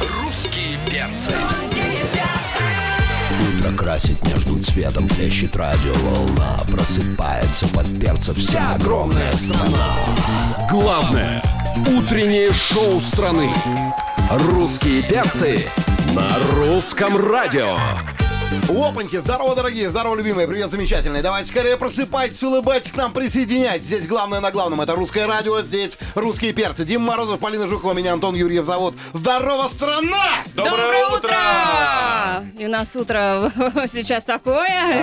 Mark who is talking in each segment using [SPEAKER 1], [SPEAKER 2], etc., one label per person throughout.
[SPEAKER 1] Русские перцы.
[SPEAKER 2] Утро красит между цветом Плещет радиоволна Просыпается под перца Вся огромная страна
[SPEAKER 3] Главное утреннее шоу страны.
[SPEAKER 2] Русские перцы
[SPEAKER 3] На русском радио.
[SPEAKER 4] Опаньки, здорово, дорогие, здорово, любимые, привет, замечательные. Давайте скорее просыпайтесь, улыбайтесь к нам, присоединяйтесь. Здесь главное на главном, это русское радио, здесь русские перцы. Дима Морозов, Полина Жукова, меня Антон Юрьев зовут. Здорово, страна!
[SPEAKER 5] Доброе утро! И у нас утро сейчас такое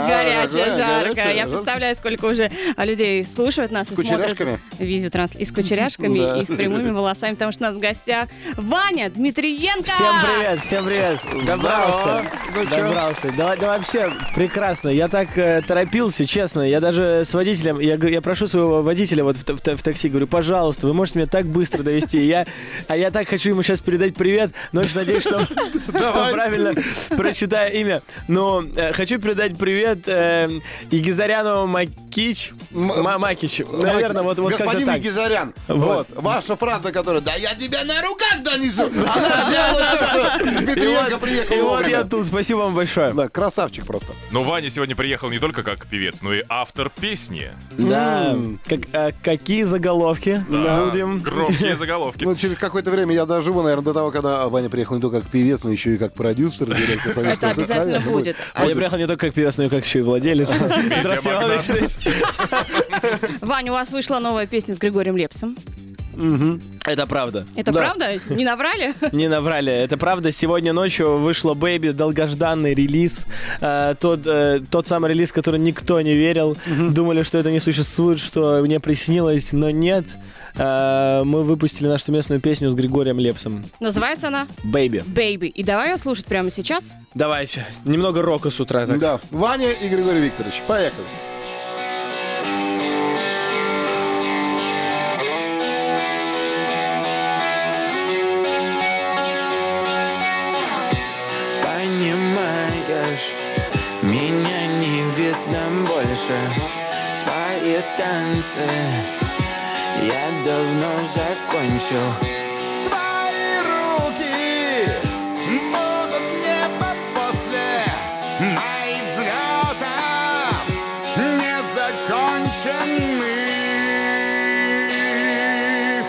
[SPEAKER 4] такое
[SPEAKER 5] горячее, жарко.
[SPEAKER 4] А, горячее,
[SPEAKER 5] Я
[SPEAKER 4] жарко.
[SPEAKER 5] представляю, сколько уже людей слушают нас и смотрят
[SPEAKER 4] кучеряшками?
[SPEAKER 5] видеотрансляцию. И с кучеряшками,
[SPEAKER 4] Да.
[SPEAKER 5] и с прямыми волосами, потому что у нас в гостях Ваня Дмитриенко!
[SPEAKER 6] Всем привет, всем привет.
[SPEAKER 4] Здорово.
[SPEAKER 6] Добрался.
[SPEAKER 4] Ну чё?
[SPEAKER 6] Добрался. Да, да вообще прекрасно. Я так э, торопился, честно. Я даже с водителем, я, г- я прошу своего водителя вот в, та- в та- в такси, говорю, пожалуйста, вы можете меня так быстро довести. Я, а я так хочу ему сейчас передать привет, но очень надеюсь, что, что
[SPEAKER 4] Давай.
[SPEAKER 6] правильно прочитаю имя. Но э, хочу передать привет э, Егизаряну Макич.
[SPEAKER 4] М-
[SPEAKER 6] Ма- Макич. Наверное, вот, вот как-то
[SPEAKER 4] Господин
[SPEAKER 6] так.
[SPEAKER 4] Егизарян, вот.
[SPEAKER 6] Вот.
[SPEAKER 4] ваша фраза, которая «Да я тебя на руках донесу!» Она сделала то, что
[SPEAKER 6] И
[SPEAKER 4] Дмитриенко
[SPEAKER 6] вот,
[SPEAKER 4] приехал
[SPEAKER 6] и вот я
[SPEAKER 4] вовремя.
[SPEAKER 6] тут. Спасибо вам большое.
[SPEAKER 4] Да, красавчик просто.
[SPEAKER 7] Но Ваня сегодня приехал не только как певец, но и автор песни.
[SPEAKER 6] Да. Как, а какие заголовки будем?
[SPEAKER 7] Громкие заголовки.
[SPEAKER 4] Ну, через какое-то время я доживу, наверное, до того, когда Ваня приехал не только как певец, но еще и как продюсер. директор
[SPEAKER 5] Это
[SPEAKER 4] продюсерского
[SPEAKER 5] обязательно
[SPEAKER 4] собрания. Ну,
[SPEAKER 5] будет.
[SPEAKER 6] А я приехал не только как певец, но и как еще и владелец. Здравствуй, Иван
[SPEAKER 7] Медиамагнат.
[SPEAKER 6] Викторович.
[SPEAKER 5] А Ваня, у вас вышла новая песня с Григорием Лепсом.
[SPEAKER 6] Это правда.
[SPEAKER 5] Это правда? Не наврали?
[SPEAKER 6] Не наврали, это правда. Сегодня ночью вышло Бэйби, долгожданный релиз. Э, тот, э, тот самый релиз, который никто не верил. Думали, что это не существует, что мне приснилось, но нет. Э, мы выпустили нашу местную песню с Григорием Лепсом.
[SPEAKER 5] Называется она
[SPEAKER 6] Бэйби.
[SPEAKER 5] «Бэйби». И давай ее слушать прямо сейчас.
[SPEAKER 6] Давайте. Немного рока с утра. так.
[SPEAKER 4] Да, Ваня и Григорий Викторович, поехали.
[SPEAKER 8] Понимаешь, меня не видно больше Свои танцы я давно закончил Твои руки будут небом после Моих взглядов незаконченных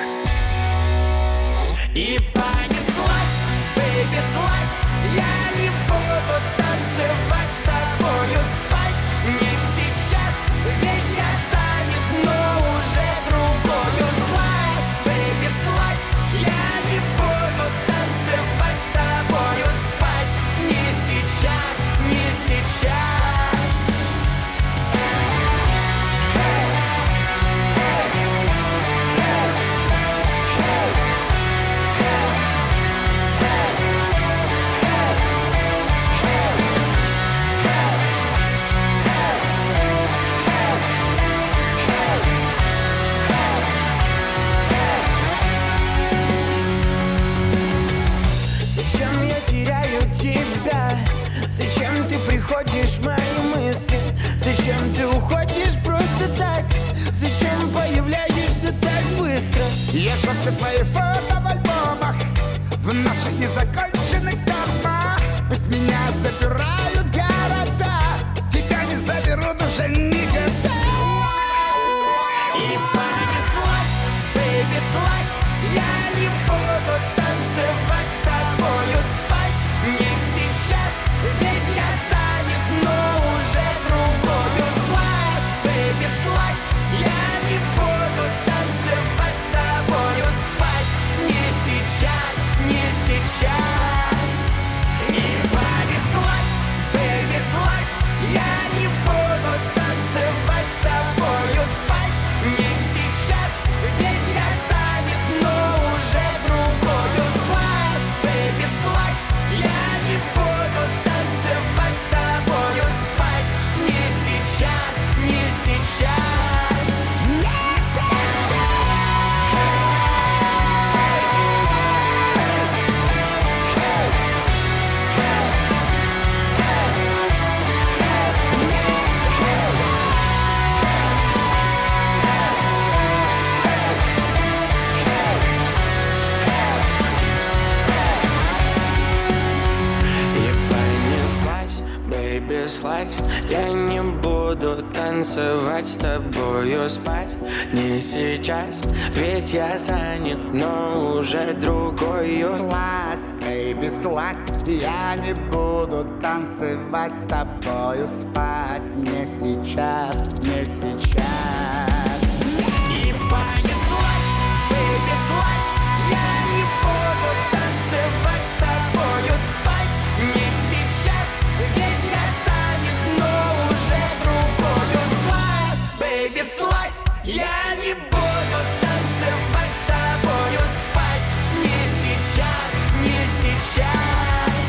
[SPEAKER 8] и понеслась, переслась Я не буду танцевать с тобою спать Не сейчас, ведь я занят, но уже другую Слазь, переслась Я не буду танцевать с тобою спать Не сейчас, не сейчас Зачем я теряю тебя? Зачем ты приходишь в мои мысли? Зачем ты уходишь просто так? Зачем появляешься так быстро?
[SPEAKER 9] Я шепчу твои фото в альбомах В наших незаконченных домах Пусть меня забирают города Типа Тебя не заберут уже никогда
[SPEAKER 8] И понеслась, понеслась Я не буду танцевать с тобою спать Не сейчас, ведь я занят, но уже другую Слазь, понеслась Я не буду танцевать с тобою спать Не сейчас, не сейчас И понеслась, понеслась Я не буду танцевать с тобою спать Не сейчас, ведь я занят, но уже другую разошлась Я не буду танцевать с тобою спать Не сейчас, ведь я занят, но уже другою
[SPEAKER 9] Слазь, baby, слазь Я не буду танцевать с тобою спать Не сейчас, не сейчас
[SPEAKER 8] И понеслась, baby, слазь Я не буду танцевать с тобою спать Не сейчас, ведь я занят, но уже другую Слазь, baby, слазь Я не буду танцевать с тобою спать Не сейчас, не сейчас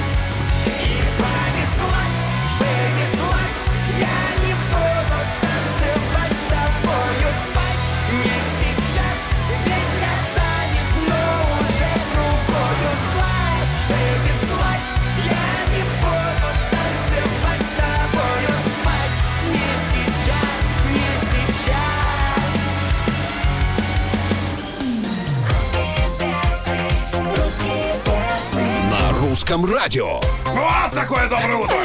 [SPEAKER 8] И понеслась, baby, слазь Я не буду танцевать с тобою спать Не сейчас, ведь я занят, но уже другую Слазь, baby, слазь Я не буду танцевать с тобою спать Не сейчас, не сейчас
[SPEAKER 3] На русском радио.
[SPEAKER 4] Вот такое доброе утро!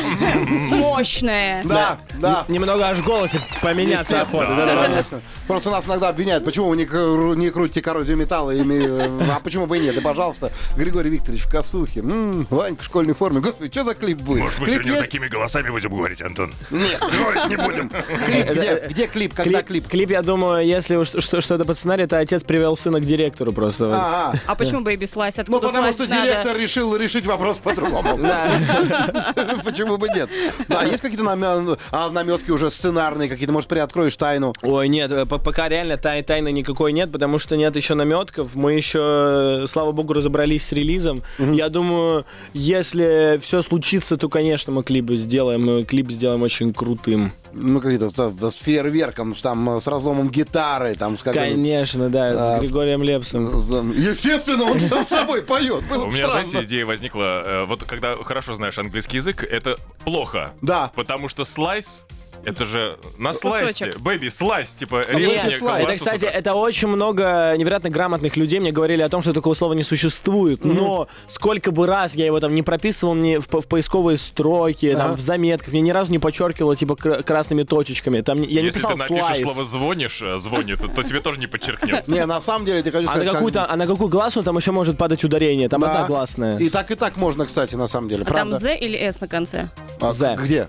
[SPEAKER 5] Мощная.
[SPEAKER 4] Да, да.
[SPEAKER 6] Немного аж в голосе поменяться охота.
[SPEAKER 4] Естественно,
[SPEAKER 6] да, да, да.
[SPEAKER 4] конечно. Просто нас иногда обвиняют, почему вы не, кру- не крутите коррозию металла, ими, э, а почему бы и нет? Да, пожалуйста, Григорий Викторович в косухе, м, Ванька в школьной форме. Господи, что за клип будет?
[SPEAKER 7] Может, мы
[SPEAKER 4] клип
[SPEAKER 7] сегодня
[SPEAKER 4] есть?
[SPEAKER 7] такими голосами будем говорить, Антон?
[SPEAKER 4] Нет, говорить не будем. Клип где? Где клип? Когда
[SPEAKER 6] Клип,
[SPEAKER 4] клип?
[SPEAKER 6] клип, я думаю, если уж что- что-то под сценарий, то отец привел сына к директору просто. вот.
[SPEAKER 4] А, а.
[SPEAKER 5] А почему Бэйби Слайс?
[SPEAKER 4] Ну,
[SPEAKER 5] Откуда
[SPEAKER 4] потому
[SPEAKER 5] слазь
[SPEAKER 4] что
[SPEAKER 5] надо?
[SPEAKER 4] директор решил решить вопрос по-другому. Почему бы нет? Да, есть какие-то намё- а, наметки уже сценарные какие-то? Может, приоткроешь тайну?
[SPEAKER 6] Ой, нет, э, по- пока реально тай- тайны никакой нет, потому что нет еще наметков. Мы еще, э, слава богу, разобрались с релизом. Я думаю, если все случится, то, конечно, мы клип сделаем. и Клип сделаем очень крутым.
[SPEAKER 4] Ну, какие-то с, с фейерверком, с, там, э, с разломом гитары, там, с какой-то...
[SPEAKER 6] Конечно,
[SPEAKER 4] А,
[SPEAKER 6] да, с Григорием Лепсом.
[SPEAKER 4] Естественно, он сам собой поет. Было
[SPEAKER 7] У
[SPEAKER 4] бы
[SPEAKER 7] меня, знаете,
[SPEAKER 4] странно.
[SPEAKER 7] идея возникла, э, вот когда хорошо знаешь английский язык, это плохо.
[SPEAKER 4] Да.
[SPEAKER 7] Потому что слайс, это же на слайсе.
[SPEAKER 5] Кусочек.
[SPEAKER 7] Бэби, слайс, типа, режь
[SPEAKER 4] Нет,
[SPEAKER 7] мне
[SPEAKER 4] слайс.
[SPEAKER 7] колбасу,
[SPEAKER 6] Это, кстати,
[SPEAKER 7] сука.
[SPEAKER 6] это очень много невероятно грамотных людей мне говорили о том, что такого слова не существует. Но сколько бы раз я его там не прописывал не в, по- в поисковые строки, там в заметках, мне ни разу не подчеркивало типа кра- красными точечками. Там не- я не
[SPEAKER 7] Если ты
[SPEAKER 6] писал
[SPEAKER 7] напишешь
[SPEAKER 6] слайс.
[SPEAKER 7] слово «звонишь», э, «звонит», то тебе тоже не подчеркнет.
[SPEAKER 4] Не, на самом деле, я тебе хочу
[SPEAKER 6] А на
[SPEAKER 4] сказать, как-
[SPEAKER 6] какую-то, а на какую гласную там еще может падать ударение? Там
[SPEAKER 4] Да.
[SPEAKER 6] одна гласная.
[SPEAKER 4] И так, и так можно, кстати, на самом деле,
[SPEAKER 5] А там
[SPEAKER 4] правда?
[SPEAKER 5] З или С на конце?
[SPEAKER 4] А,
[SPEAKER 6] «Зе».
[SPEAKER 4] Где?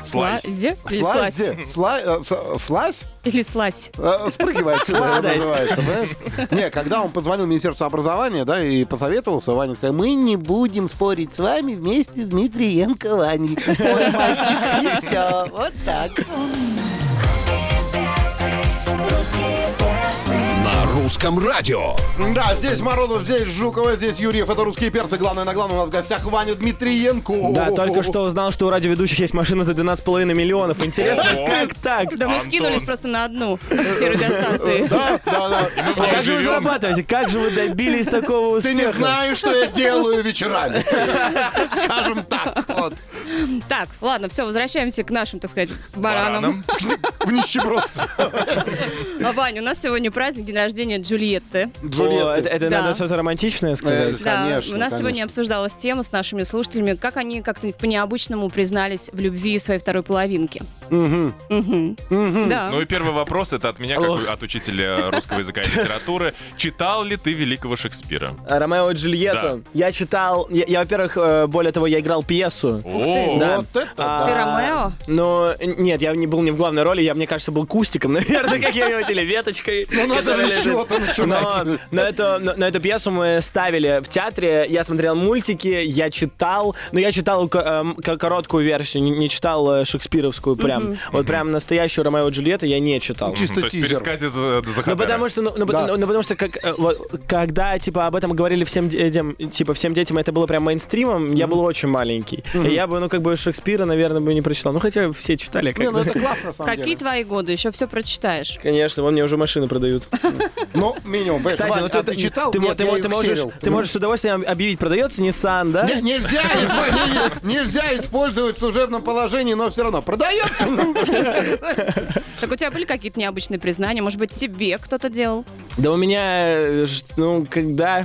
[SPEAKER 7] Слайс.
[SPEAKER 5] Зе или
[SPEAKER 4] Слазь?
[SPEAKER 5] Слайс?
[SPEAKER 4] Зе? Сла- э, с- Слазь?
[SPEAKER 5] Или Слайс?
[SPEAKER 4] Э, Спрыгивай отсюда,
[SPEAKER 6] Сладость.
[SPEAKER 4] называется, понимаешь? Не, когда он позвонил в Министерство образования, да, и посоветовался, Ваня сказал, мы не будем спорить с вами вместе с Дмитриенко Ваней. Ой, мальчик, и все. Вот так.
[SPEAKER 3] На русском радио.
[SPEAKER 4] Да, здесь Морозов, здесь Жукова, здесь Юрьев. Это «Русские перцы». Главное на главном у нас в гостях Ваня Дмитриенко.
[SPEAKER 6] Да, только что узнал, что у радиоведущих есть машина за 12,5 миллионов. Интересно,
[SPEAKER 7] Ого.
[SPEAKER 6] как так? А
[SPEAKER 5] Да мы
[SPEAKER 7] Антон.
[SPEAKER 5] скинулись просто на одну все радиостанции.
[SPEAKER 4] А, Да, да, да. Ну,
[SPEAKER 7] Мы
[SPEAKER 6] Как же вы
[SPEAKER 7] живем.
[SPEAKER 6] зарабатываете? Как же вы добились такого
[SPEAKER 4] Ты
[SPEAKER 6] успеха?
[SPEAKER 4] не знаешь, что я делаю вечерами. Скажем так, вот.
[SPEAKER 5] Так, ладно, все, возвращаемся к нашим, так сказать, баранам.
[SPEAKER 7] Баранам.
[SPEAKER 4] В нищебродство.
[SPEAKER 5] А, Вань, у нас сегодня праздник, день рождения Джульетты.
[SPEAKER 6] О, это,
[SPEAKER 4] Джульетты.
[SPEAKER 6] это
[SPEAKER 5] Да.
[SPEAKER 6] надо что-то романтичное сказать.
[SPEAKER 4] Э, Конечно,
[SPEAKER 5] у нас
[SPEAKER 4] конечно.
[SPEAKER 5] сегодня обсуждалась тема с нашими слушателями, как они как-то по-необычному признались в любви своей второй половинки. Угу. Угу. Да.
[SPEAKER 7] Ну и первый вопрос, это от меня, как от учителя русского языка и литературы. Читал ли ты великого Шекспира?
[SPEAKER 6] Э, Ромео и Джульетта.
[SPEAKER 7] Да.
[SPEAKER 6] Я читал, я, я, во-первых, э, более того, я играл пьесу.
[SPEAKER 7] О,
[SPEAKER 6] Да.
[SPEAKER 4] Вот это
[SPEAKER 6] А,
[SPEAKER 5] Ты Ромео?
[SPEAKER 6] Но э, нет, я не был не в главной роли, я, мне кажется, был кустиком, наверное, как я его или веточкой.
[SPEAKER 4] Ну надо
[SPEAKER 6] которая
[SPEAKER 4] ли
[SPEAKER 6] лежит.
[SPEAKER 4] чего-то
[SPEAKER 6] Но,
[SPEAKER 4] начинать.
[SPEAKER 6] но это, но, но эту пьесу мы ставили в театре. Я смотрел мультики, я читал, но я читал к- эм, к- короткую версию, не, не читал э, шекспировскую прям. Вот прям настоящую Ромео и Джульетта я не читал.
[SPEAKER 7] То
[SPEAKER 4] Чисто
[SPEAKER 7] есть
[SPEAKER 4] тизер.
[SPEAKER 7] пересказе за, за
[SPEAKER 6] Ну
[SPEAKER 7] Хабера.
[SPEAKER 6] потому что, ну, ну,
[SPEAKER 4] Да.
[SPEAKER 6] ну, ну, потому что как, э, вот, когда типа об этом говорили всем детям, типа всем детям это было прям мейнстримом, я был очень маленький. И я бы, ну как бы Шекспира, наверное, бы не прочитал. Ну хотя все читали. Как
[SPEAKER 4] Не, ну
[SPEAKER 6] бы.
[SPEAKER 4] это классно, на самом
[SPEAKER 5] Какие
[SPEAKER 4] деле.
[SPEAKER 5] твои годы? Еще все прочитаешь.
[SPEAKER 6] Конечно, вон мне уже машины продают.
[SPEAKER 4] Ну, минимум. понимаешь,
[SPEAKER 6] Кстати,
[SPEAKER 4] Вань,
[SPEAKER 6] ну
[SPEAKER 4] а
[SPEAKER 6] ты,
[SPEAKER 4] ты читал?
[SPEAKER 6] ты, мо-
[SPEAKER 4] Нет,
[SPEAKER 6] ты
[SPEAKER 4] я
[SPEAKER 6] мо-
[SPEAKER 4] их
[SPEAKER 6] ты можешь,
[SPEAKER 4] серил.
[SPEAKER 6] ты можешь с удовольствием объявить, продается Nissan, да?
[SPEAKER 4] Не- Нельзя, исп- не- не- нельзя использовать в служебном положении, но все равно продается.
[SPEAKER 5] Так у тебя были какие-то необычные признания? Может быть, тебе кто-то делал?
[SPEAKER 6] Да у меня, э, ж- ну когда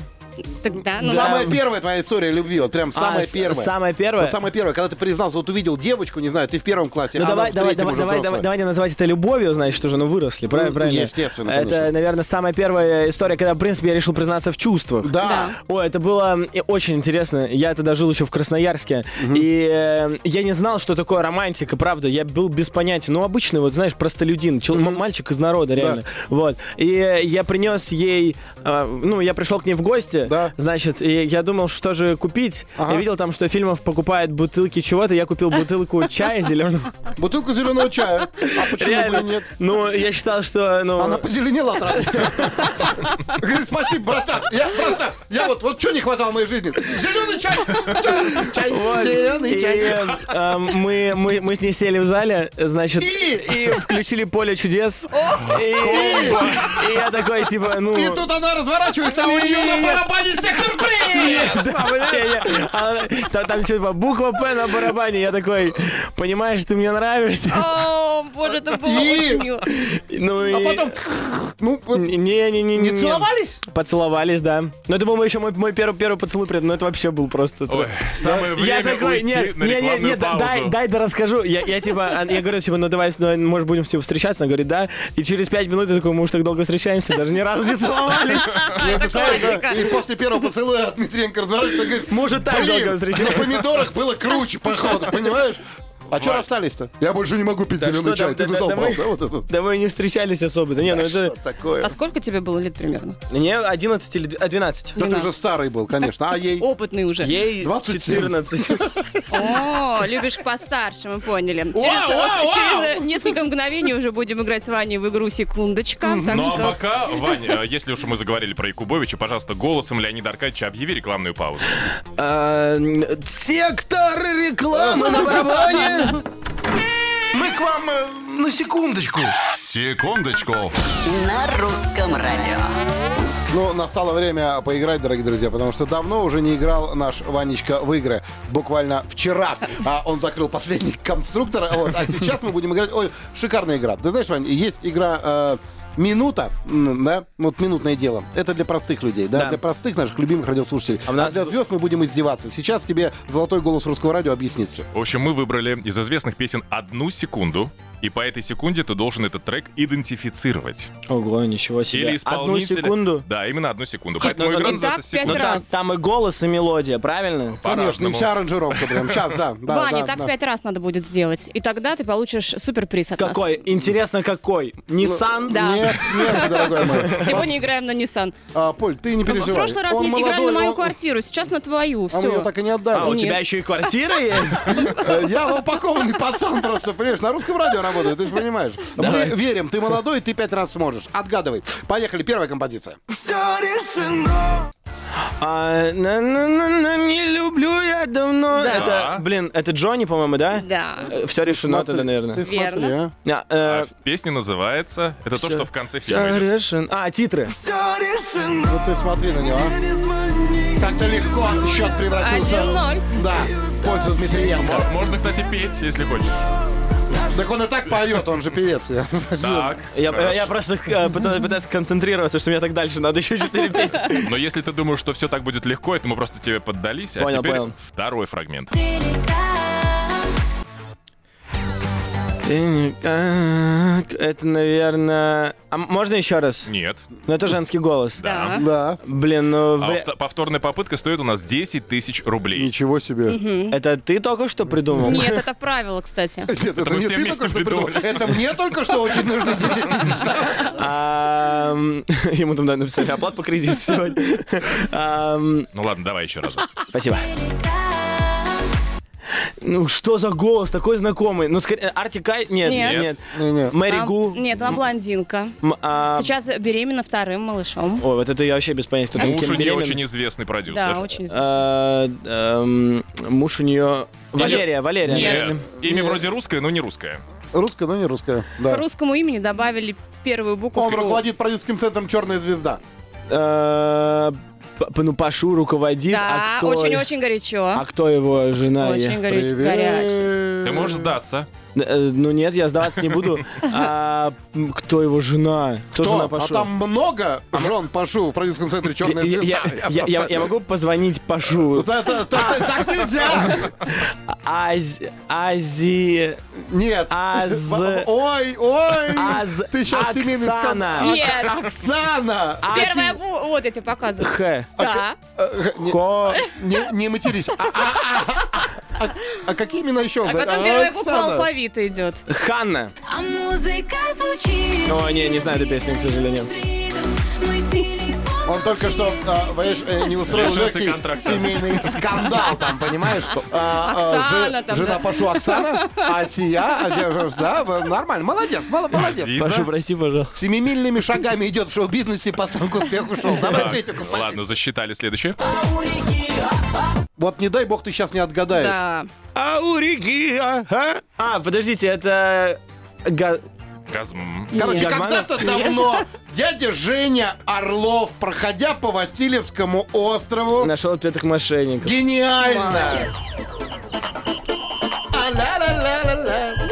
[SPEAKER 5] Тогда, ну,
[SPEAKER 4] Самая первая твоя история любви, вот прям самая
[SPEAKER 6] с-
[SPEAKER 4] первая.
[SPEAKER 6] самая первая?
[SPEAKER 4] Вот самая первая, когда ты признался, вот увидел девочку, не знаю, ты в первом классе,
[SPEAKER 6] Ну
[SPEAKER 4] а она
[SPEAKER 6] давай,
[SPEAKER 4] в
[SPEAKER 6] давай,
[SPEAKER 4] третьем
[SPEAKER 6] давай,
[SPEAKER 4] уже
[SPEAKER 6] давай, давай,
[SPEAKER 4] взрослая.
[SPEAKER 6] давай не назвать это любовью, значит, уже, ну, выросли, правильно?
[SPEAKER 4] Ну,
[SPEAKER 6] правильно?
[SPEAKER 4] естественно, конечно.
[SPEAKER 6] Это, наверное, самая первая история, когда, в принципе, я решил признаться в чувствах.
[SPEAKER 4] Да.
[SPEAKER 6] О, это было э, очень интересно. Я тогда жил еще в Красноярске. И э, я не знал, что такое романтика, правда. Я был без понятия. Ну, обычный, вот, знаешь, простолюдин. чел- м- Мальчик из народа, реально. Вот. И э, я принес ей... э, ну, я пришел к ней в гости.
[SPEAKER 4] Да.
[SPEAKER 6] Значит, и я думал, что же купить.
[SPEAKER 4] Ага.
[SPEAKER 6] Я видел там, что фильмов покупают бутылки чего-то. Я купил бутылку чая зеленого.
[SPEAKER 4] Бутылку зеленого чая. А почему бы
[SPEAKER 6] Реально.
[SPEAKER 4] и нет?
[SPEAKER 6] Ну, я считал, что... Ну,
[SPEAKER 4] Она позеленела от радости. Говорит, спасибо, братан. Я, братан, я вот, вот что не хватало в моей жизни? Зеленый чай! Зеленый чай!
[SPEAKER 6] вот.
[SPEAKER 4] Зеленый
[SPEAKER 6] И,
[SPEAKER 4] чай!
[SPEAKER 6] э, э, мы, мы, мы с ней сели в зале, значит,
[SPEAKER 4] И?
[SPEAKER 6] и включили поле чудес. И, и я такой, типа, ну...
[SPEAKER 4] И тут она разворачивается, а у нее на барабане сюрприз!
[SPEAKER 6] Я- я- она- та- Там что-то буква П на барабане. Я такой, понимаешь, ты мне нравишься.
[SPEAKER 5] О, боже, это было
[SPEAKER 4] И-
[SPEAKER 5] очень мило.
[SPEAKER 6] Ну и...
[SPEAKER 4] А потом, ну, вот,
[SPEAKER 6] Не-не-не.
[SPEAKER 4] не целовались?
[SPEAKER 6] Поцеловались, да. Но это был мой еще мой, мой первый, первый поцелуй, при этом, но это вообще был просто...
[SPEAKER 7] Ой, самое время
[SPEAKER 6] Я такой,
[SPEAKER 7] уйти
[SPEAKER 6] нет,
[SPEAKER 7] на
[SPEAKER 6] нет, нет,
[SPEAKER 7] рекламную
[SPEAKER 6] нет, да- дай,
[SPEAKER 7] паузу.
[SPEAKER 6] дай да расскажу. Я, я типа, а, я говорю, типа, ну давай, ну, может будем типа, встречаться. Она говорит, да. И через пять минут я такой, мы уж так долго встречаемся, даже ни разу не целовались.
[SPEAKER 4] Я представляю, да,
[SPEAKER 5] классика.
[SPEAKER 4] И после первого поцелуя Дмитриенко разворачивается и говорит,
[SPEAKER 6] Может, так
[SPEAKER 4] «Блин,
[SPEAKER 6] долго
[SPEAKER 4] на
[SPEAKER 6] встречаемся.
[SPEAKER 4] помидорах было круче, походу, понимаешь? А что расстались-то? Я больше не могу пить
[SPEAKER 6] Да
[SPEAKER 4] зеленый
[SPEAKER 6] что
[SPEAKER 4] чай,
[SPEAKER 6] там,
[SPEAKER 4] ты
[SPEAKER 6] да- да-
[SPEAKER 4] задолбал,
[SPEAKER 6] да
[SPEAKER 4] да, вот это?
[SPEAKER 6] Да мы и не встречались особо. Да не, ну
[SPEAKER 4] Что
[SPEAKER 6] это...
[SPEAKER 4] такое?
[SPEAKER 5] А сколько тебе было лет примерно?
[SPEAKER 6] Мне 11 или д- а, 12.
[SPEAKER 4] Да ты уже
[SPEAKER 5] 12.
[SPEAKER 4] старый был, конечно, а ей?
[SPEAKER 5] Опытный уже.
[SPEAKER 6] Ей
[SPEAKER 4] 27.
[SPEAKER 6] 14.
[SPEAKER 5] О, любишь постарше, мы поняли. Через, через э, несколько мгновений уже будем играть с Ваней в игру «Секундочка». Так
[SPEAKER 7] Ну а
[SPEAKER 5] что
[SPEAKER 7] пока, Ваня, э, если уж мы заговорили про Якубовича, пожалуйста, голосом Леонида Аркадьевича объяви рекламную паузу.
[SPEAKER 6] А, н- Сектор рекламы на барабане.
[SPEAKER 9] Мы к вам э, на секундочку.
[SPEAKER 3] Секундочку.
[SPEAKER 1] На русском радио.
[SPEAKER 4] Ну, настало время поиграть, дорогие друзья, потому что давно уже не играл наш Ванечка в игры. Буквально вчера а, он закрыл последний конструктор, вот, а сейчас мы будем играть... Ой, шикарная игра. Ты знаешь, Вань, есть игра... э, Минута, м, да, вот минутное дело. Это для простых людей, да,
[SPEAKER 6] Да.
[SPEAKER 4] для простых наших любимых радиослушателей. А,
[SPEAKER 6] у нас-
[SPEAKER 4] для звезд мы будем издеваться. Сейчас тебе золотой голос русского радио объяснит все.
[SPEAKER 7] В общем, мы выбрали из известных песен одну секунду, и по этой секунде ты должен этот трек идентифицировать.
[SPEAKER 6] Ого, ничего себе.
[SPEAKER 7] Или
[SPEAKER 6] Одну
[SPEAKER 7] исполнителя.
[SPEAKER 6] секунду.
[SPEAKER 7] Да, именно одну секунду. Поэтому
[SPEAKER 6] ну,
[SPEAKER 7] игра
[SPEAKER 6] ну,
[SPEAKER 7] называется
[SPEAKER 5] так пять
[SPEAKER 6] Ну
[SPEAKER 7] «Секунда».
[SPEAKER 6] там,
[SPEAKER 5] раз.
[SPEAKER 6] там и голос, и мелодия, правильно?
[SPEAKER 4] Конечно, и
[SPEAKER 7] По-разному.
[SPEAKER 4] вся аранжировка прям. Сейчас, да. да,
[SPEAKER 5] Ваня,
[SPEAKER 4] да,
[SPEAKER 5] так
[SPEAKER 4] да.
[SPEAKER 5] пять раз надо будет сделать. И тогда ты получишь суперприз от
[SPEAKER 6] Какой? Интересно, какой? Nissan?
[SPEAKER 5] да.
[SPEAKER 4] Нет, нет, дорогой мой.
[SPEAKER 5] нас. Сегодня играем на Nissan.
[SPEAKER 4] А, Поль, ты не
[SPEAKER 5] В
[SPEAKER 4] переживай.
[SPEAKER 5] прошлый раз
[SPEAKER 4] Он
[SPEAKER 5] не играли
[SPEAKER 4] молодой,
[SPEAKER 5] на мою
[SPEAKER 4] он-
[SPEAKER 5] квартиру, сейчас на твою.
[SPEAKER 4] А мы ее
[SPEAKER 5] Все.
[SPEAKER 4] так и не отдали.
[SPEAKER 6] А, у
[SPEAKER 5] Нет.
[SPEAKER 6] тебя еще и квартира есть?
[SPEAKER 4] Э, Я упакованный пацан просто, понимаешь, на русском радио работаю, ты же понимаешь. Мы верим, ты молодой, ты пять раз сможешь. Отгадывай. Поехали, первая композиция.
[SPEAKER 8] Все решено
[SPEAKER 6] А, на- на- на- на, не люблю я давно.
[SPEAKER 5] Да.
[SPEAKER 6] Это, блин, это Джонни, по-моему, да?
[SPEAKER 5] Да.
[SPEAKER 6] Все
[SPEAKER 7] Ну,
[SPEAKER 6] решено тогда,
[SPEAKER 4] Ты
[SPEAKER 6] наверное.
[SPEAKER 4] смотри, а.
[SPEAKER 6] А,
[SPEAKER 7] А
[SPEAKER 6] э,
[SPEAKER 7] песня называется... Это то,
[SPEAKER 6] всё.
[SPEAKER 7] что в конце фильма
[SPEAKER 6] всё
[SPEAKER 7] идет.
[SPEAKER 6] решен- А, титры.
[SPEAKER 8] Все решено
[SPEAKER 4] Вот Ну, ты смотри на него. а.
[SPEAKER 8] Не звони
[SPEAKER 4] Как-то легко счет превратился.
[SPEAKER 5] 1-0.
[SPEAKER 4] Да, в пользу Дмитриенко.
[SPEAKER 7] Можно, кстати, петь, если хочешь.
[SPEAKER 4] Так он и так поет, он же певец. я.
[SPEAKER 7] Так,
[SPEAKER 6] Я, я- я
[SPEAKER 7] хорошо.
[SPEAKER 6] просто э, пыта- пытаюсь концентрироваться, что мне так дальше надо еще четыре песни.
[SPEAKER 7] Но если ты думаешь, что все так будет легко, это мы просто тебе поддались. а
[SPEAKER 6] Понял,
[SPEAKER 7] теперь
[SPEAKER 6] понял.
[SPEAKER 7] второй фрагмент.
[SPEAKER 6] Ты никак- Это, наверное... А можно еще раз?
[SPEAKER 7] Нет.
[SPEAKER 6] Ну, это женский голос.
[SPEAKER 5] Да.
[SPEAKER 4] Да.
[SPEAKER 6] Блин, ну...
[SPEAKER 7] А
[SPEAKER 6] вря-
[SPEAKER 7] авто- повторная попытка стоит у нас 10 тысяч рублей.
[SPEAKER 4] Ничего себе.
[SPEAKER 6] Это ты только что придумал?
[SPEAKER 5] Нет, это правило, кстати.
[SPEAKER 4] Нет, это
[SPEAKER 7] мы
[SPEAKER 4] не
[SPEAKER 7] все
[SPEAKER 4] ты
[SPEAKER 7] вместе
[SPEAKER 4] только что придумал.
[SPEAKER 7] придумали.
[SPEAKER 4] Это мне только что очень нужны 10 тысяч.
[SPEAKER 6] А, м, Ему там надо написать оплат по кредиту сегодня. А, м,
[SPEAKER 7] Ну ладно, давай еще раз.
[SPEAKER 6] Спасибо. Ну что за голос такой знакомый? Ну скорее Артикай? Нет,
[SPEAKER 5] Нет.
[SPEAKER 6] нет.
[SPEAKER 4] Не-не.
[SPEAKER 6] Мэри
[SPEAKER 5] А,
[SPEAKER 6] Гу.
[SPEAKER 5] Нет, она блондинка.
[SPEAKER 6] М, а,
[SPEAKER 5] Сейчас беременна вторым малышом.
[SPEAKER 6] Ой, вот это я вообще без понятия, кто там
[SPEAKER 7] Муж
[SPEAKER 6] кем
[SPEAKER 7] у нее
[SPEAKER 6] беремен.
[SPEAKER 7] очень известный продюсер.
[SPEAKER 5] Да, очень известна.
[SPEAKER 6] А, эм, Муж у нее... Валерия, Валерия.
[SPEAKER 7] Нет.
[SPEAKER 6] наверное.
[SPEAKER 7] Имя вроде русское, но не русское.
[SPEAKER 4] Русская, но не русская.
[SPEAKER 5] К
[SPEAKER 4] Да.
[SPEAKER 5] русскому имени добавили первую букву.
[SPEAKER 4] Он руководит продюсерским центром «Черная звезда».
[SPEAKER 6] Э, П- Ну, Пашу руководит.
[SPEAKER 5] Да,
[SPEAKER 6] а кто-
[SPEAKER 5] очень-очень горячо.
[SPEAKER 6] А кто его жена?
[SPEAKER 5] Очень горя-
[SPEAKER 4] Привет.
[SPEAKER 5] горячо.
[SPEAKER 7] Ты можешь сдаться.
[SPEAKER 6] Э, Ну нет, я сдаваться не буду. А м, кто его жена? Кто,
[SPEAKER 4] Кто?
[SPEAKER 6] жена
[SPEAKER 4] А
[SPEAKER 6] Пашу? А
[SPEAKER 4] там много жен Пашу в продюсерском центре
[SPEAKER 6] Я-
[SPEAKER 4] «Черная
[SPEAKER 6] я-
[SPEAKER 4] звезда».
[SPEAKER 6] я- я- я- я могу А. позвонить Пашу.
[SPEAKER 4] Та- та- та- та- Так нельзя!
[SPEAKER 6] Ази... Ази...
[SPEAKER 4] Нет.
[SPEAKER 6] Аз-
[SPEAKER 4] Ой, ой!
[SPEAKER 6] Аз...
[SPEAKER 4] Ты сейчас семейный
[SPEAKER 6] Оксана.
[SPEAKER 4] скандал.
[SPEAKER 5] Нет.
[SPEAKER 6] а,
[SPEAKER 4] Оксана!
[SPEAKER 5] Первая бу- Вот я тебе показываю.
[SPEAKER 6] Х.
[SPEAKER 5] Да. А
[SPEAKER 6] Ко...
[SPEAKER 4] Не, не матерись. А, а, а, а, а какие имена еще?
[SPEAKER 5] А потом первая буква алфавита идет.
[SPEAKER 6] Ханна.
[SPEAKER 10] А музыка звучит.
[SPEAKER 6] О, не, не знаю эту песню, к сожалению.
[SPEAKER 4] Он только что, а, понимаешь, э, не устроил
[SPEAKER 7] Лишился
[SPEAKER 4] легкий
[SPEAKER 7] контракта.
[SPEAKER 4] семейный скандал там, понимаешь? что, а, а,
[SPEAKER 5] Оксана
[SPEAKER 4] же-
[SPEAKER 5] там,
[SPEAKER 4] Жена
[SPEAKER 5] да.
[SPEAKER 4] Пашу Оксана, а Асия, Азия, ж- да, в- нормально, молодец, мало- молодец.
[SPEAKER 7] Азиза?
[SPEAKER 6] Прошу, прости, пожалуйста.
[SPEAKER 4] Семимильными шагами идет в шоу-бизнесе, пацан к успеху шел. Давай
[SPEAKER 7] Так,
[SPEAKER 4] третью композицию.
[SPEAKER 7] Ладно, засчитали следующее.
[SPEAKER 4] Вот не дай бог ты сейчас не отгадаешь.
[SPEAKER 5] Да.
[SPEAKER 6] Аурики, ага. А, подождите, это... га-
[SPEAKER 7] Газм.
[SPEAKER 4] Короче,
[SPEAKER 6] Нет.
[SPEAKER 4] когда-то давно дядя Женя Орлов, проходя по Васильевскому острову,
[SPEAKER 6] Нашел отпетых мошенников.
[SPEAKER 4] гениально!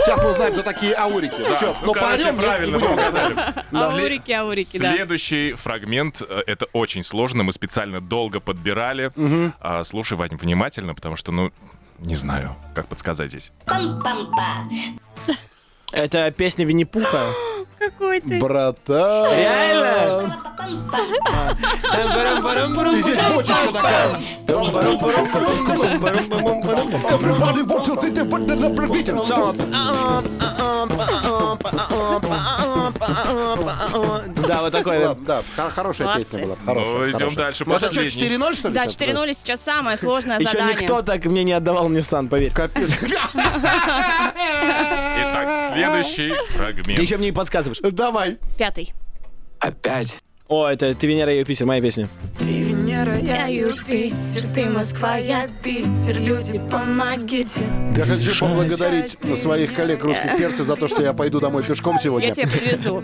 [SPEAKER 4] Сейчас мы узнаем, кто такие аурики. Ну чё,
[SPEAKER 7] ну,
[SPEAKER 4] ну
[SPEAKER 7] короче,
[SPEAKER 4] поорём, нет,
[SPEAKER 7] правильно
[SPEAKER 4] не будем.
[SPEAKER 7] мы угадали.
[SPEAKER 5] А Аурики, аурики, да.
[SPEAKER 7] Следующий фрагмент, э, это очень сложно, мы специально долго подбирали. А, Слушай, Вадим, внимательно, потому что, ну, не знаю, как подсказать здесь.
[SPEAKER 1] Пам-пам-па.
[SPEAKER 6] Это песня Винни-Пуха.
[SPEAKER 5] Какой ты.
[SPEAKER 4] Братан!
[SPEAKER 6] Реально?
[SPEAKER 4] И здесь бочечка такая. Everybody wants to see the president.
[SPEAKER 6] Да, вот такой.
[SPEAKER 4] Ладно, да, хор- хорошая
[SPEAKER 5] Молодцы.
[SPEAKER 4] песня была.
[SPEAKER 7] Ну,
[SPEAKER 4] Хорошая,
[SPEAKER 7] идем
[SPEAKER 4] хорошая.
[SPEAKER 7] дальше.
[SPEAKER 4] Это что,
[SPEAKER 7] Последний.
[SPEAKER 4] 4-0, что ли?
[SPEAKER 5] Да,
[SPEAKER 4] сейчас?
[SPEAKER 5] 4-0 сейчас самое сложное
[SPEAKER 6] Еще
[SPEAKER 5] задание.
[SPEAKER 6] никто так мне не отдавал мне сан, поверь.
[SPEAKER 4] Капец.
[SPEAKER 7] Итак, следующий
[SPEAKER 6] Ты еще
[SPEAKER 7] фрагмент.
[SPEAKER 6] мне не подсказываешь.
[SPEAKER 4] Давай.
[SPEAKER 5] Пятый.
[SPEAKER 2] Опять.
[SPEAKER 6] О, это ты Венера и Юпитер, моя песня.
[SPEAKER 10] Я Юпитер, ты Москва, я Питер, люди, помогите.
[SPEAKER 4] Я хочу поблагодарить своих коллег русских перцев за то, что я пойду домой пешком
[SPEAKER 5] Я
[SPEAKER 4] сегодня.
[SPEAKER 5] тебя привезу.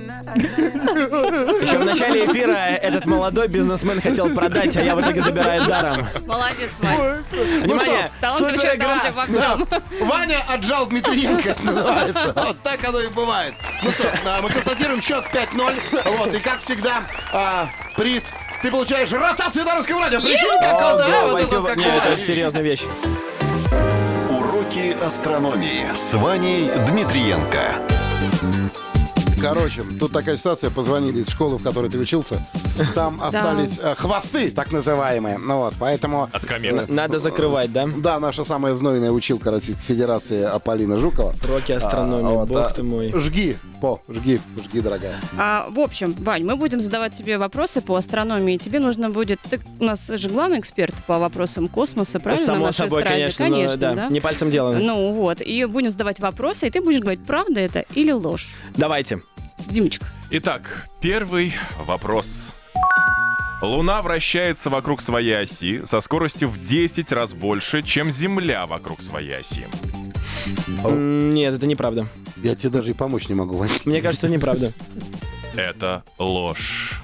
[SPEAKER 6] Еще в начале эфира этот молодой бизнесмен хотел продать, а я в итоге забираю даром.
[SPEAKER 5] Молодец, Вань.
[SPEAKER 6] Внимание,
[SPEAKER 5] Талантливый
[SPEAKER 6] супер
[SPEAKER 5] человек,
[SPEAKER 6] игра.
[SPEAKER 5] талантлив во
[SPEAKER 4] Да,
[SPEAKER 5] всем.
[SPEAKER 4] Ваня отжал Дмитриенко, это называется. Вот так оно и бывает. Ну что, а, мы констатируем счет 5-0. Вот, и как всегда, а, приз. Ты получаешь ротацию на русском радио. Прикинь, как
[SPEAKER 6] О,
[SPEAKER 4] он, да?
[SPEAKER 6] да,
[SPEAKER 4] вот это
[SPEAKER 6] спасибо.
[SPEAKER 4] вот как
[SPEAKER 6] Не,
[SPEAKER 4] бывает.
[SPEAKER 6] это серьезная вещь.
[SPEAKER 11] Уроки астрономии с Ваней Дмитриенко.
[SPEAKER 4] Короче, тут такая ситуация. Позвонили из школы, в которой ты учился. Там остались э, хвосты, так называемые. Ну вот, поэтому...
[SPEAKER 7] От комет.
[SPEAKER 6] Надо закрывать, да?
[SPEAKER 4] Да, наша самая знойная училка Российской Федерации а, Полина Жукова.
[SPEAKER 6] Уроки
[SPEAKER 4] А,
[SPEAKER 6] астрономии,
[SPEAKER 4] вот, а,
[SPEAKER 6] бог ты мой.
[SPEAKER 4] Жги, по, жги, жги, дорогая.
[SPEAKER 5] А, в общем, Вань, мы будем задавать тебе вопросы по астрономии. Тебе нужно будет... Ты у нас же главный эксперт по вопросам космоса, правильно, в
[SPEAKER 6] Само
[SPEAKER 5] нашей
[SPEAKER 6] собой,
[SPEAKER 5] эстраде?
[SPEAKER 6] конечно, но, да. Не пальцем делано.
[SPEAKER 5] Ну вот, и будем задавать вопросы, и ты будешь говорить, правда это или ложь.
[SPEAKER 6] Давайте.
[SPEAKER 5] Димочка,
[SPEAKER 7] Итак, первый вопрос. Луна вращается вокруг своей оси со скоростью в 10 раз больше, чем Земля вокруг своей оси.
[SPEAKER 6] М, Нет, это неправда.
[SPEAKER 4] Я тебе даже и помочь не могу, Вань.
[SPEAKER 6] Мне кажется, неправда.
[SPEAKER 7] Это ложь.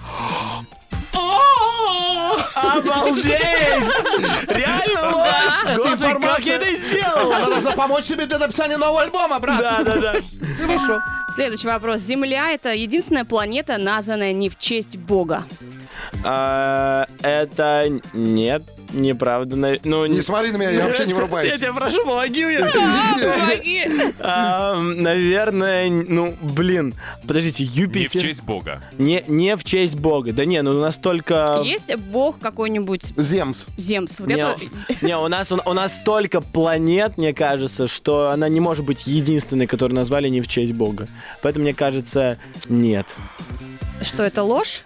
[SPEAKER 6] Обалдеть! Реально ложь! Господи, как
[SPEAKER 4] информация.
[SPEAKER 6] я это сделал?
[SPEAKER 4] Она должна помочь тебе для написания нового альбома, брат.
[SPEAKER 6] Да, да, да.
[SPEAKER 5] следующий вопрос. Земля это единственная планета, названная не в честь Бога.
[SPEAKER 6] А, Это нет, неправда. нав- Ну,
[SPEAKER 4] Не смотри на меня, я вообще не
[SPEAKER 6] Я
[SPEAKER 4] врубаюсь.
[SPEAKER 6] тебя прошу, помоги мне.
[SPEAKER 5] Помоги!
[SPEAKER 6] А, Наверное, ну, блин. Подождите,
[SPEAKER 7] Не в
[SPEAKER 6] Юпитер.
[SPEAKER 7] честь Бога.
[SPEAKER 6] Не, не в честь Бога. Да не, ну настолько...
[SPEAKER 5] Есть бог какой-нибудь
[SPEAKER 4] Земс.
[SPEAKER 5] Земс? Вот
[SPEAKER 6] Не,
[SPEAKER 5] это...
[SPEAKER 6] не, у нас, у нас столько планет, мне кажется, что она не может быть единственной, которую назвали не в честь Бога. Поэтому, мне кажется, нет.
[SPEAKER 5] Что это ложь?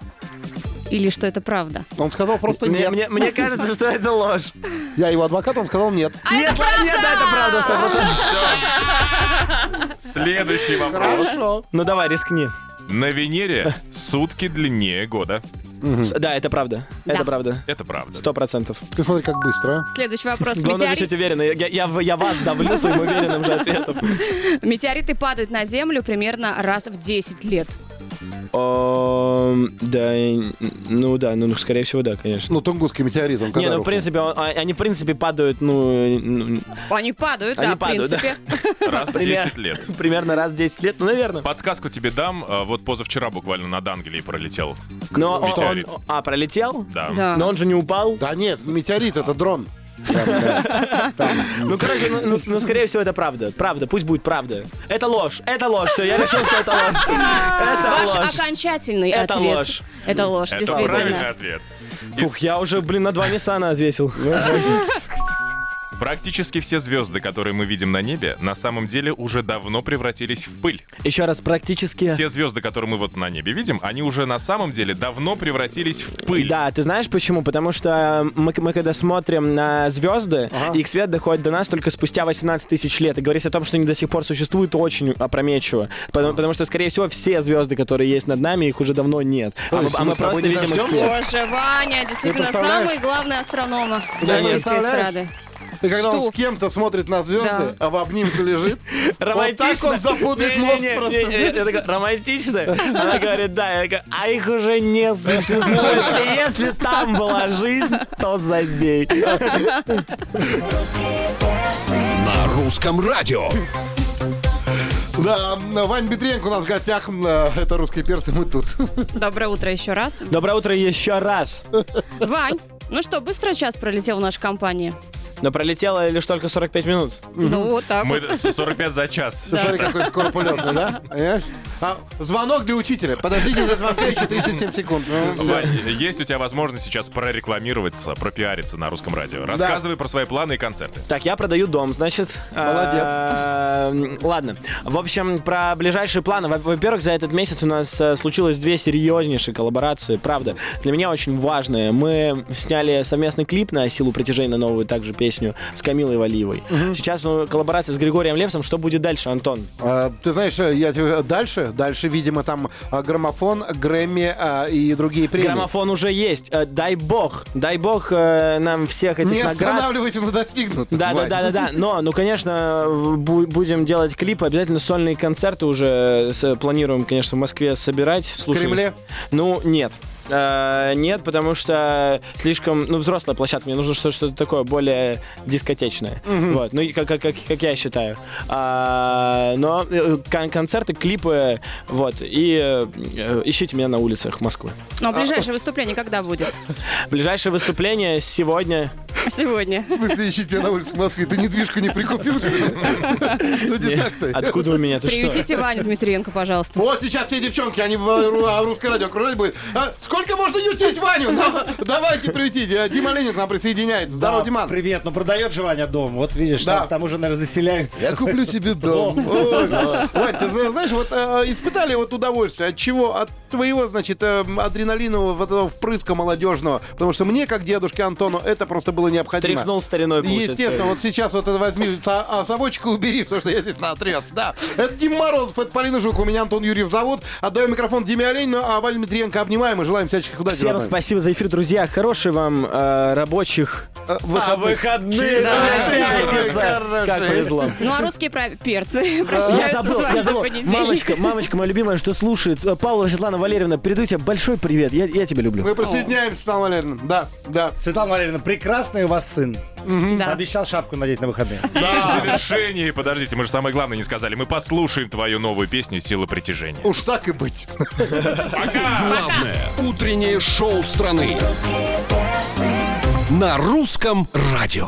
[SPEAKER 5] Или что это правда?
[SPEAKER 4] Он сказал просто
[SPEAKER 6] Мне,
[SPEAKER 4] нет.
[SPEAKER 6] мне- мне кажется, что это ложь.
[SPEAKER 4] Я его адвокат, он сказал нет.
[SPEAKER 6] нет, л- нет, да, это правда, 100%.
[SPEAKER 7] Следующий вопрос.
[SPEAKER 4] Хорошо.
[SPEAKER 6] Ну давай, рискни.
[SPEAKER 7] На Венере сутки длиннее года.
[SPEAKER 6] С- Да, это правда. Это
[SPEAKER 5] Да.
[SPEAKER 6] правда.
[SPEAKER 7] Это правда.
[SPEAKER 6] Сто процентов.
[SPEAKER 4] Ты смотри, как быстро. а.
[SPEAKER 5] Следующий вопрос.
[SPEAKER 6] Главное
[SPEAKER 5] Метеорит-
[SPEAKER 6] звучать уверенно. Я, я, в- я вас давлю своим уверенным же ответом.
[SPEAKER 5] Метеориты падают на Землю примерно раз в 10 лет.
[SPEAKER 6] Эм, Да, и- ну да, ну скорее всего, да, конечно.
[SPEAKER 4] Ну, Тунгусский метеорит, он когда
[SPEAKER 6] Не, ну в
[SPEAKER 4] рухнул?
[SPEAKER 6] принципе, он- а- они в принципе падают, ну, ну,
[SPEAKER 5] Они падают,
[SPEAKER 6] Они
[SPEAKER 5] да, в
[SPEAKER 6] падают, да.
[SPEAKER 5] принципе.
[SPEAKER 7] Раз в
[SPEAKER 6] Пример-
[SPEAKER 7] 10 лет.
[SPEAKER 6] примерно раз в 10 лет, ну, наверное.
[SPEAKER 7] Подсказку тебе дам. э, Вот позавчера буквально над Англией пролетел.
[SPEAKER 6] Но он-
[SPEAKER 7] Метеорит.
[SPEAKER 6] он- а, пролетел?
[SPEAKER 7] Да.
[SPEAKER 5] Да.
[SPEAKER 6] Но он же не упал.
[SPEAKER 4] Да нет, метеорит это дрон.
[SPEAKER 6] Ну, короче, ну, ну, ну, скорее всего, это правда. Правда, пусть будет правда. Это ложь, это ложь, все, я решил, что это ложь.
[SPEAKER 5] Ваш
[SPEAKER 6] Это ложь.
[SPEAKER 5] окончательный
[SPEAKER 6] Это
[SPEAKER 5] ответ.
[SPEAKER 6] ложь.
[SPEAKER 5] Это ложь,
[SPEAKER 7] Это правильный
[SPEAKER 5] действительно.
[SPEAKER 7] ответ.
[SPEAKER 6] Фух,
[SPEAKER 7] Из-
[SPEAKER 6] я уже, блин, на два Ниссана ответил.
[SPEAKER 7] Практически все звезды, которые мы видим на небе, на самом деле уже давно превратились в пыль.
[SPEAKER 6] Еще раз, практически...
[SPEAKER 7] Все звезды, которые мы вот на небе видим, они уже на самом деле давно превратились в пыль.
[SPEAKER 6] Да, ты знаешь почему? Потому что мы, мы когда смотрим на звезды, их свет доходит до нас только спустя 18 тысяч лет. И говорить о том, что они до сих пор существуют, очень опрометчиво. Потому, потому что, скорее всего, все звезды, которые есть над нами, их уже давно нет.
[SPEAKER 4] То
[SPEAKER 6] А мы,
[SPEAKER 4] есть
[SPEAKER 6] а
[SPEAKER 4] мы
[SPEAKER 6] мы
[SPEAKER 4] с тобой
[SPEAKER 6] просто
[SPEAKER 4] не
[SPEAKER 6] видим их
[SPEAKER 4] дождёмся?
[SPEAKER 6] свет.
[SPEAKER 5] Боже, Ваня, действительно
[SPEAKER 4] представляешь?
[SPEAKER 5] самый главный астронома
[SPEAKER 4] Да, не
[SPEAKER 5] российской
[SPEAKER 4] представляешь?
[SPEAKER 5] эстрады.
[SPEAKER 4] И когда он
[SPEAKER 5] Что?
[SPEAKER 4] с кем-то смотрит на звезды,
[SPEAKER 5] Да.
[SPEAKER 4] а в обнимку лежит, вот так
[SPEAKER 6] Романтично.
[SPEAKER 4] он запудрит мозг
[SPEAKER 6] Не-не-не, не-не,
[SPEAKER 4] просто.
[SPEAKER 6] я такой, романтично? Она говорит, да. Я такой, а их уже не существует. И если там была жизнь, то забей.
[SPEAKER 2] На русском радио.
[SPEAKER 4] Да, Вань Бедренко у нас в гостях, э, это «Русские перцы», мы тут.
[SPEAKER 5] Доброе утро еще раз.
[SPEAKER 6] Доброе утро еще раз.
[SPEAKER 5] Вань, ну что, быстро час пролетел в нашей компании?
[SPEAKER 6] Но пролетело лишь только 45 минут.
[SPEAKER 5] Ну, вот так
[SPEAKER 7] Мы
[SPEAKER 5] вот.
[SPEAKER 7] 45 за час.
[SPEAKER 4] Ты смотри, какой скоропулезный, да? Понимаешь? А, звонок для учителя. Подождите до звонка еще 37 секунд. Ну, всё.
[SPEAKER 7] Вань, есть у тебя возможность сейчас прорекламироваться, пропиариться на русском радио. Рассказывай про свои планы и концерты.
[SPEAKER 6] Так, я продаю дом, значит.
[SPEAKER 4] Молодец.
[SPEAKER 6] Э, Ладно. В общем, про ближайшие планы. Во- Во-первых, за этот месяц у нас э, случилось две серьезнейшие коллаборации, правда. Для меня очень важные. Мы сняли совместный клип на «Силу притяжения» на новую также песню с Камилой Валиевой. Сейчас ну, коллаборация с Григорием Лепсом. Что будет дальше, Антон?
[SPEAKER 4] А, Ты знаешь, э, я тебе дальше, дальше, видимо, там а, граммофон, Грэмми а, и другие премии.
[SPEAKER 6] Граммофон уже есть. Э, Дай бог, дай бог э, нам всех этих
[SPEAKER 4] Не
[SPEAKER 6] наград.
[SPEAKER 4] останавливайся на достигнутом.
[SPEAKER 6] Да, да,
[SPEAKER 4] Вань.
[SPEAKER 6] да, да, да. Но, ну, конечно, в- бу- будем делать клипы, обязательно сольные концерты уже э, с- планируем, конечно, в Москве собирать. Слушай,
[SPEAKER 4] Кремле?
[SPEAKER 6] Ну, нет. Э, Нет, потому что слишком, ну, взрослая площадка, мне нужно что- что-то такое более дискотечное. Вот, ну, и как, как, как, как я считаю. А, Но э, кон- концерты, клипы, вот, и э, ищите меня на улицах Москвы.
[SPEAKER 5] Ну, а ближайшее выступление когда будет?
[SPEAKER 6] Ближайшее выступление сегодня.
[SPEAKER 5] Сегодня.
[SPEAKER 4] В смысле, ищите тебя на улице Москвы. Ты недвижку не прикупил, что ли? Что не так-то?
[SPEAKER 6] Откуда вы меня? Ты что?
[SPEAKER 5] Приютите Ваню Дмитриенко, пожалуйста.
[SPEAKER 4] Вот сейчас все девчонки, они в ру- русское радио окружать будет. А, сколько можно ютить Ваню? На- Давайте приютите. А, Дима Ленин к нам присоединяется. Здорово, Диман.
[SPEAKER 12] Привет, ну продает же Ваня дом. Вот видишь,
[SPEAKER 4] Да.
[SPEAKER 12] там, там уже, наверное, заселяются.
[SPEAKER 4] Я куплю тебе дом. Ой, Вань, ты зна- знаешь, вот э, испытали вот удовольствие. От чего? От твоего, значит, э, адреналинового вот этого впрыска молодежного. Потому что мне, как дедушке Антону, это просто было необходимо.
[SPEAKER 6] Тряхнул стариной, получается.
[SPEAKER 4] Естественно, вот сейчас вот это возьми со- а, совочек и убери, потому что я здесь наотрез. Да. Это Дима Морозов, это Полина Жук, у меня Антон Юрьев зовут. Отдаю микрофон Диме Оленину, а Вале Дмитриенко обнимаем и желаем всяческих удач.
[SPEAKER 6] Всем
[SPEAKER 4] родной.
[SPEAKER 6] спасибо за эфир, друзья. Хороший вам э, рабочих.
[SPEAKER 4] Э,
[SPEAKER 6] А,
[SPEAKER 4] выходных.
[SPEAKER 6] выходные!
[SPEAKER 4] Пятница!
[SPEAKER 6] Как повезло.
[SPEAKER 5] Ну, а русские пра- перцы
[SPEAKER 6] Я
[SPEAKER 5] прощаются с
[SPEAKER 6] забыл, я
[SPEAKER 5] вами до
[SPEAKER 6] забыл.
[SPEAKER 5] понедельника.
[SPEAKER 6] Мамочка, мамочка моя любимая, что слушает. Э, Павлова Светлана Валерьевна, передаю тебе большой привет. Я, я тебя люблю.
[SPEAKER 4] Мы присоединяемся, Светлана Валерьевна. Да, да.
[SPEAKER 12] Светлана Валерьевна, прекрасный у вас сын.
[SPEAKER 5] Да.
[SPEAKER 12] Обещал шапку надеть на выходные.
[SPEAKER 7] И в завершении, подождите, мы же самое главное не сказали. Мы послушаем твою новую песню «Сила притяжения».
[SPEAKER 4] Уж так и быть.
[SPEAKER 2] Главное утреннее шоу страны. На русском радио.